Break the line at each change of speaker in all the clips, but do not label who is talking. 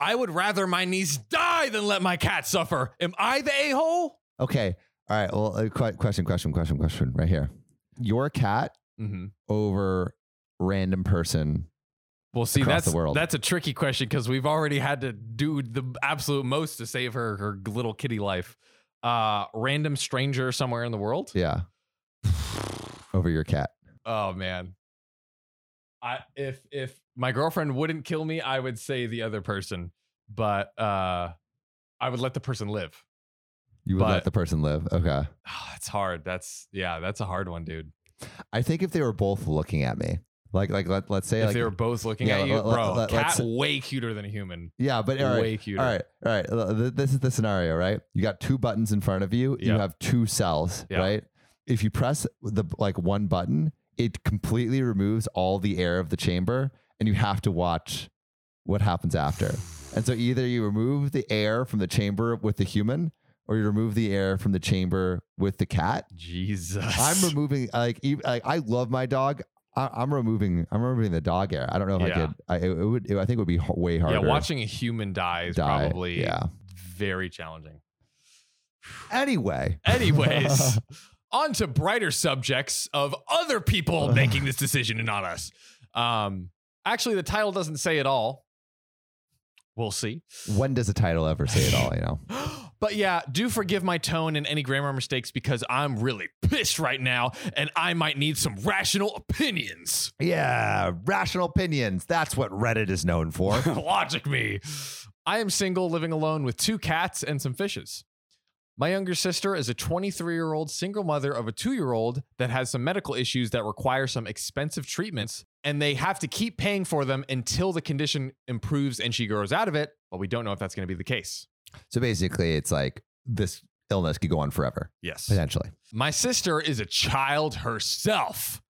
I would rather my niece die than let my cat suffer. Am I the a hole?
Okay. All right. Well, uh, que- question, question, question, question right here. Your cat
Mm-hmm.
over random person.
Well, see,
Across
that's
the world.
that's a tricky question because we've already had to do the absolute most to save her her little kitty life. Uh, random stranger somewhere in the world.
Yeah. Over your cat.
Oh man, I if if my girlfriend wouldn't kill me, I would say the other person, but uh, I would let the person live.
You would
But-
let the person live. Okay.
Oh, it's hard. That's yeah, that's a hard one, dude.
I think if they were both looking at me, like, like, let, let's say,
if
like,
they were both looking
yeah,
at you,
let- let-
bro,
let-
cat
let's-
way cuter than a human.
yeah, but all right.
Way cuter.
All right, all right. L- uh, th- This is the scenario, right? You got two buttons in front of you. You
Yeah.
have two cells,
Yeah.
right? If you press the like one button, it completely removes all the air of the chamber, and you have to watch what happens after. And so either you remove the air from the chamber with the human, or you remove the air from the chamber with the cat.
Jesus.
I'm removing like, ev- like I love my dog. I, I'm removing. I'm removing the dog air. I don't know if
Yeah.
I could. I, it, it would. It, I think it would be h- way harder.
Yeah, watching a human die is
Die,
probably
yeah.
very challenging.
Anyway.
Anyways, on to brighter subjects of other people making this decision and not us. Um, actually, the title doesn't say it all. We'll see.
when does a title ever say it all? You know,
But yeah, do forgive my tone and any grammar mistakes because I'm really pissed right now and I might need some rational opinions.
yeah, rational opinions. That's what Reddit is known for.
Logic me. I am single, living alone with two cats and some fishes. My younger sister is a 23 year old single mother of a two year old that has some medical issues that require some expensive treatments, and they have to keep paying for them until the condition improves and she grows out of it. But we don't know if that's going to be the case.
so basically, it's like this illness could go on forever,
Yes.
potentially.
My sister is a child herself,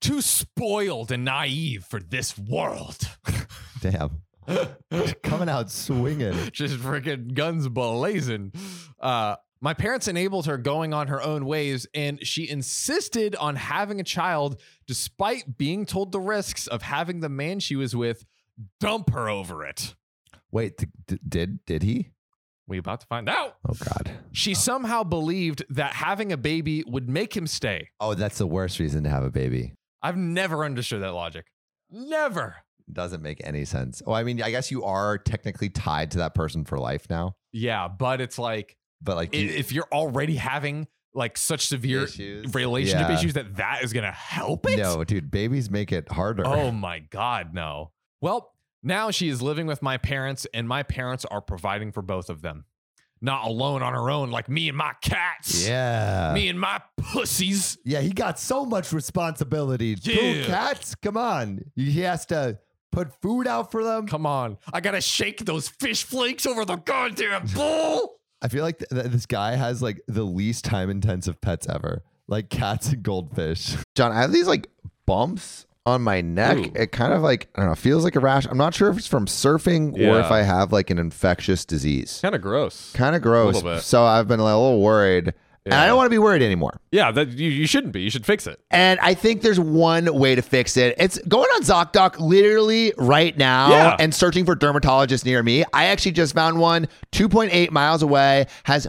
too spoiled and naive for this world.
Damn, coming out swinging.
just freaking guns blazing. Uh, my parents enabled her going on her own ways, and she insisted on having a child despite being told the risks of having the man she was with dump her over it.
Wait, th- d- did did he?
We about to find out.
Oh God.
She somehow believed that having a baby would make him stay.
Oh, that's the worst reason to have a baby.
I've never understood that logic. Never.
Doesn't make any sense. Oh, I mean, I guess you are technically tied to that person for life now,
Yeah, but it's like
but like
i-
you-
if you're already having like such severe
issues.
relationship
Yeah.
issues, that that is gonna help it.
No, dude, babies make it harder.
Oh my God, no. Well, now she is living with my parents, and my parents are providing for both of them. Not alone on her own, like me and my cats.
yeah.
Me and my pussies.
Yeah, he got so much responsibility.
Yeah.
Two cats? Come on. He has to put food out for them.
Come on. I gotta shake those fish flakes over the goddamn bowl.
I feel like th- th- this guy has like the least time intensive pets ever, like cats and goldfish. John, I have these like bumps on my neck.
Ooh.
It kind of like, I don't know, feels like a rash. I'm not sure if it's from surfing or
Yeah.
if I have like an infectious disease.
Kind of gross.
Kind of gross.
Little bit.
So I've been a little worried. And I
Yeah.
don't want to be worried anymore.
Yeah, that you, you shouldn't be. You should fix it.
And I think there's one way to fix it. It's going on ZocDoc literally right now
Yeah.
and searching for dermatologists near me. I actually just found one 2.8 miles away, has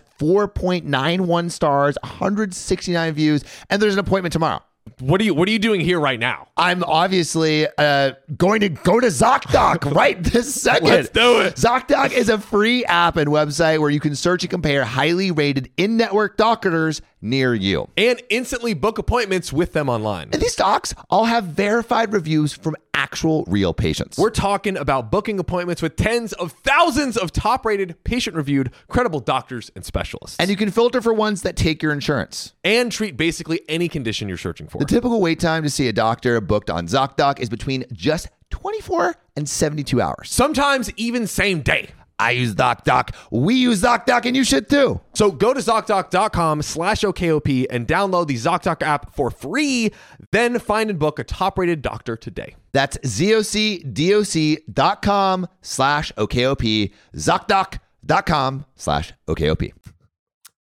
4.91 stars, 169 views, and there's an appointment tomorrow.
What are you what are you doing here right now?
I'm obviously uh, going to go to ZocDoc right this second.
Let's do it.
ZocDoc is a free app and website where you can search and compare highly rated in network doctors near you.
And instantly book appointments with them online.
And these docs all have verified reviews from actual real patients.
We're talking about booking appointments with tens of thousands of top rated, patient reviewed, credible doctors and specialists.
and you can filter for ones that take your insurance.
and treat basically any condition you're searching for.
The typical wait time to see a doctor booked on ZocDoc is between just 24 and 72 hours.
Sometimes even same day.
I use ZocDoc. We use ZocDoc, and you should too.
So go to ZocDoc.com slash OKOP and download the ZocDoc app for free. Then find and book a top rated doctor today.
That's zocdoc.com slash OKOP, ZocDoc.com slash OKOP.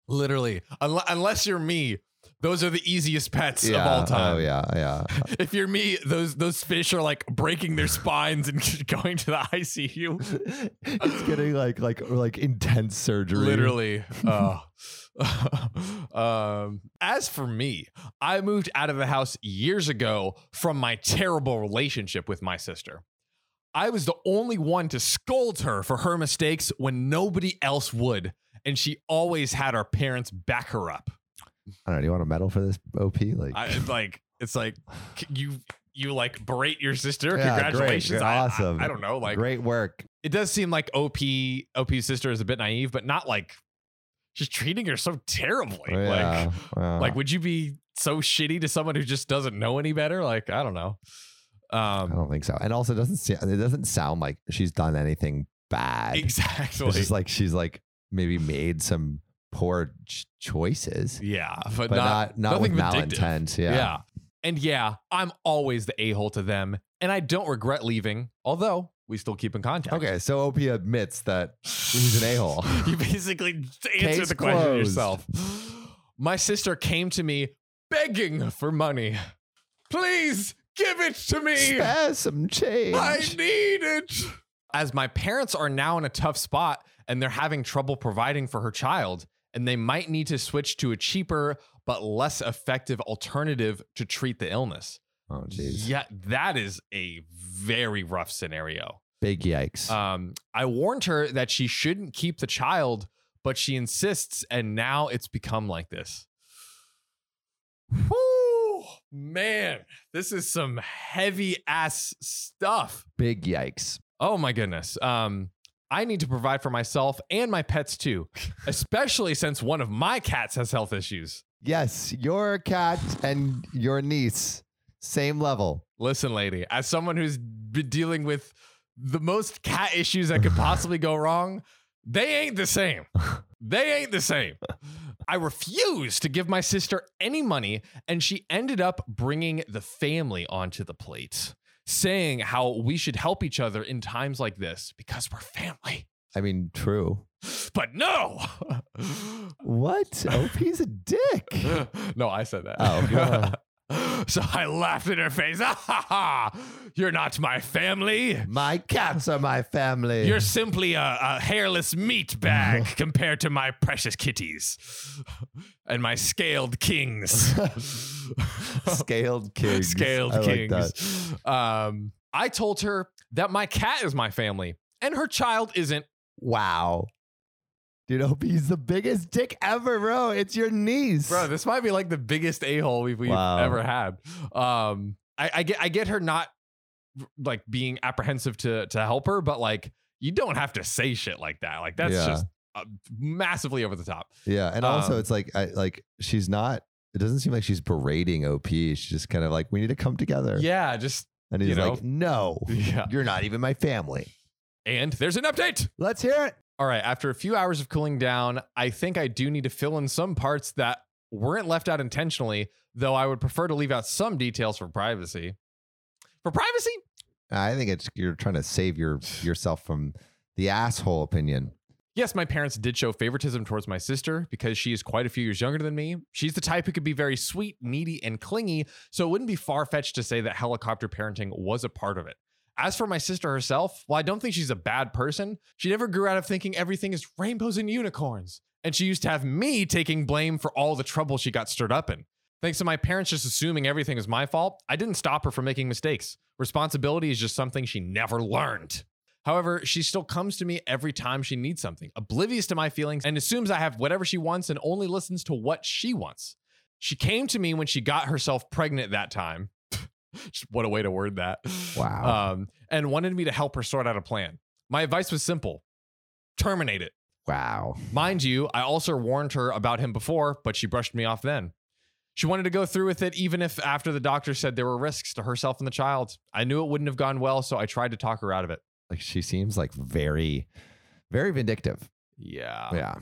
Literally, unless you're me, Those are the easiest pets
yeah.
of all time.
Oh yeah, yeah.
If you're me, those those fish are like breaking their spines and going to the ICU.
He's getting like like like intense surgery.
Literally. Uh, um, as for me, I moved out of the house years ago from my terrible relationship with my sister. I was the only one to scold her for her mistakes when nobody else would, and she always had our parents back her up.
I don't know. You want a medal for this OP? Like,
I, it's like it's like c- you you like berate your sister.
Yeah, great.
Congratulations,
You're
I- I-
awesome.
I, don't know. Like
great work.
it does seem like OP OP's sister is a bit naive, but not like she's treating her so terribly.
Oh, yeah, uh-huh.
Like
yeah.
like would you be so shitty to someone who just doesn't know any better? Like I don't know.
I
Um,
don't think so. And also, it doesn't sa- it doesn't sound like she's done anything bad.
exactly.
It's just like she's like maybe made some poor ch- choices,
yeah, but,
but, not not, with
nothing vindictive.
malintent. Yeah.
Yeah. And yeah, I'm always the a hole to them, and I don't regret leaving. Although we still keep in contact.
Okay, so OP admits that he's an a-hole.
you basically answered
Case
the question
closed.
yourself. My sister came to me begging for money. Please give it to me.
Spare some change.
I need it. As my parents are now in a tough spot and they're having trouble providing for her child, and they might need to switch to a cheaper but less effective alternative to treat the illness.
oh jeez,
Yeah, that is a very rough scenario.
big yikes.
Um, I warned her that she shouldn't keep the child, but she insists, and now it's become like this. Whew, man, this is some heavy ass stuff.
big yikes.
Oh my goodness. Um, I need to provide for myself and my pets too, especially since one of my cats has health issues.
Yes, your cat and your niece, same level.
Listen, lady, as someone who's been dealing with the most cat issues that could possibly go wrong, they ain't the same. They ain't the same. I refuse to give my sister any money, and she ended up bringing the family onto the plate, saying how we should help each other in times like this because we're family.
I mean, true.
But no,
What? OP's a dick.
no, I said that.
Oh, yeah.
so I laughed in her face. Ah, ha, ha. You're not my family.
My cats are my family.
You're simply a, a hairless meat bag compared to my precious kitties and my scaled kings.
scaled kings.
Scaled
I like
kings.
that.
um, I told her that my cat is my family and her child isn't.
Wow. Dude, OP's the biggest dick ever, bro. It's your niece.
Bro, this might be like the biggest a hole we've, we've
Wow.
ever had. Um, I, I get I get her not like being apprehensive to to help her, but like you don't have to say shit like that. Like that's
Yeah.
just uh, massively over the top.
yeah, and also
um,
it's like I like she's not. It doesn't seem like she's berating OP. She's just kind of like, we need to come together.
Yeah, just
and
you
he's
know.
like, no,
yeah.
you're not even my family.
And there's an update.
Let's hear it.
All right. After a few hours of cooling down, I think I do need to fill in some parts that weren't left out intentionally, though I would prefer to leave out some details for privacy. For privacy?
I think it's you're trying to save your yourself from the asshole opinion.
Yes, my parents did show favoritism towards my sister because she is quite a few years younger than me. She's the type who could be very sweet, needy, and clingy, so it wouldn't be far fetched to say that helicopter parenting was a part of it. As for my sister herself, while I don't think she's a bad person, she never grew out of thinking everything is rainbows and unicorns. And she used to have me taking blame for all the trouble she got stirred up in. Thanks to my parents just assuming everything was my fault, I didn't stop her from making mistakes. Responsibility is just something she never learned. However, she still comes to me every time she needs something, oblivious to my feelings and assumes I have whatever she wants and only listens to what she wants. She came to me when she got herself pregnant that time. Just what a way to word that.
Wow.
Um, and wanted me to help her sort out a plan. My advice was simple terminate it.
Wow.
Mind you, I also warned her about him before, but she brushed me off then. She wanted to go through with it, even if after the doctor said there were risks to herself and the child. I knew it wouldn't have gone well, so I tried to talk her out of it.
Like she seems like very, very vindictive.
Yeah.
yeah.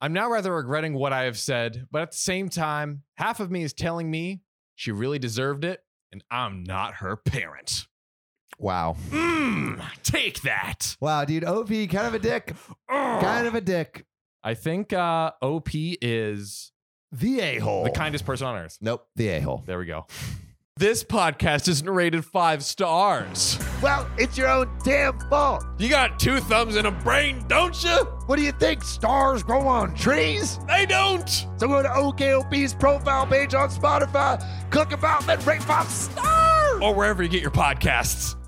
I'm now rather regretting what I have said, but at the same time, half of me is telling me she really deserved it, and I'm not her parent.
Wow.
Mmm, take that.
Wow, dude. OP, kind of a dick.
Ugh.
Kind of a dick.
I think uh, OP is
The a hole.
The kindest person on earth.
Nope. The a hole.
There we go. This podcast isn't rated five stars.
Well, it's your own damn fault.
You got two thumbs and a brain, don't you?
What do you think? Stars grow on trees?
They don't.
So go to OKOP's profile page on Spotify, click about, and rate five stars.
Or wherever you get your podcasts.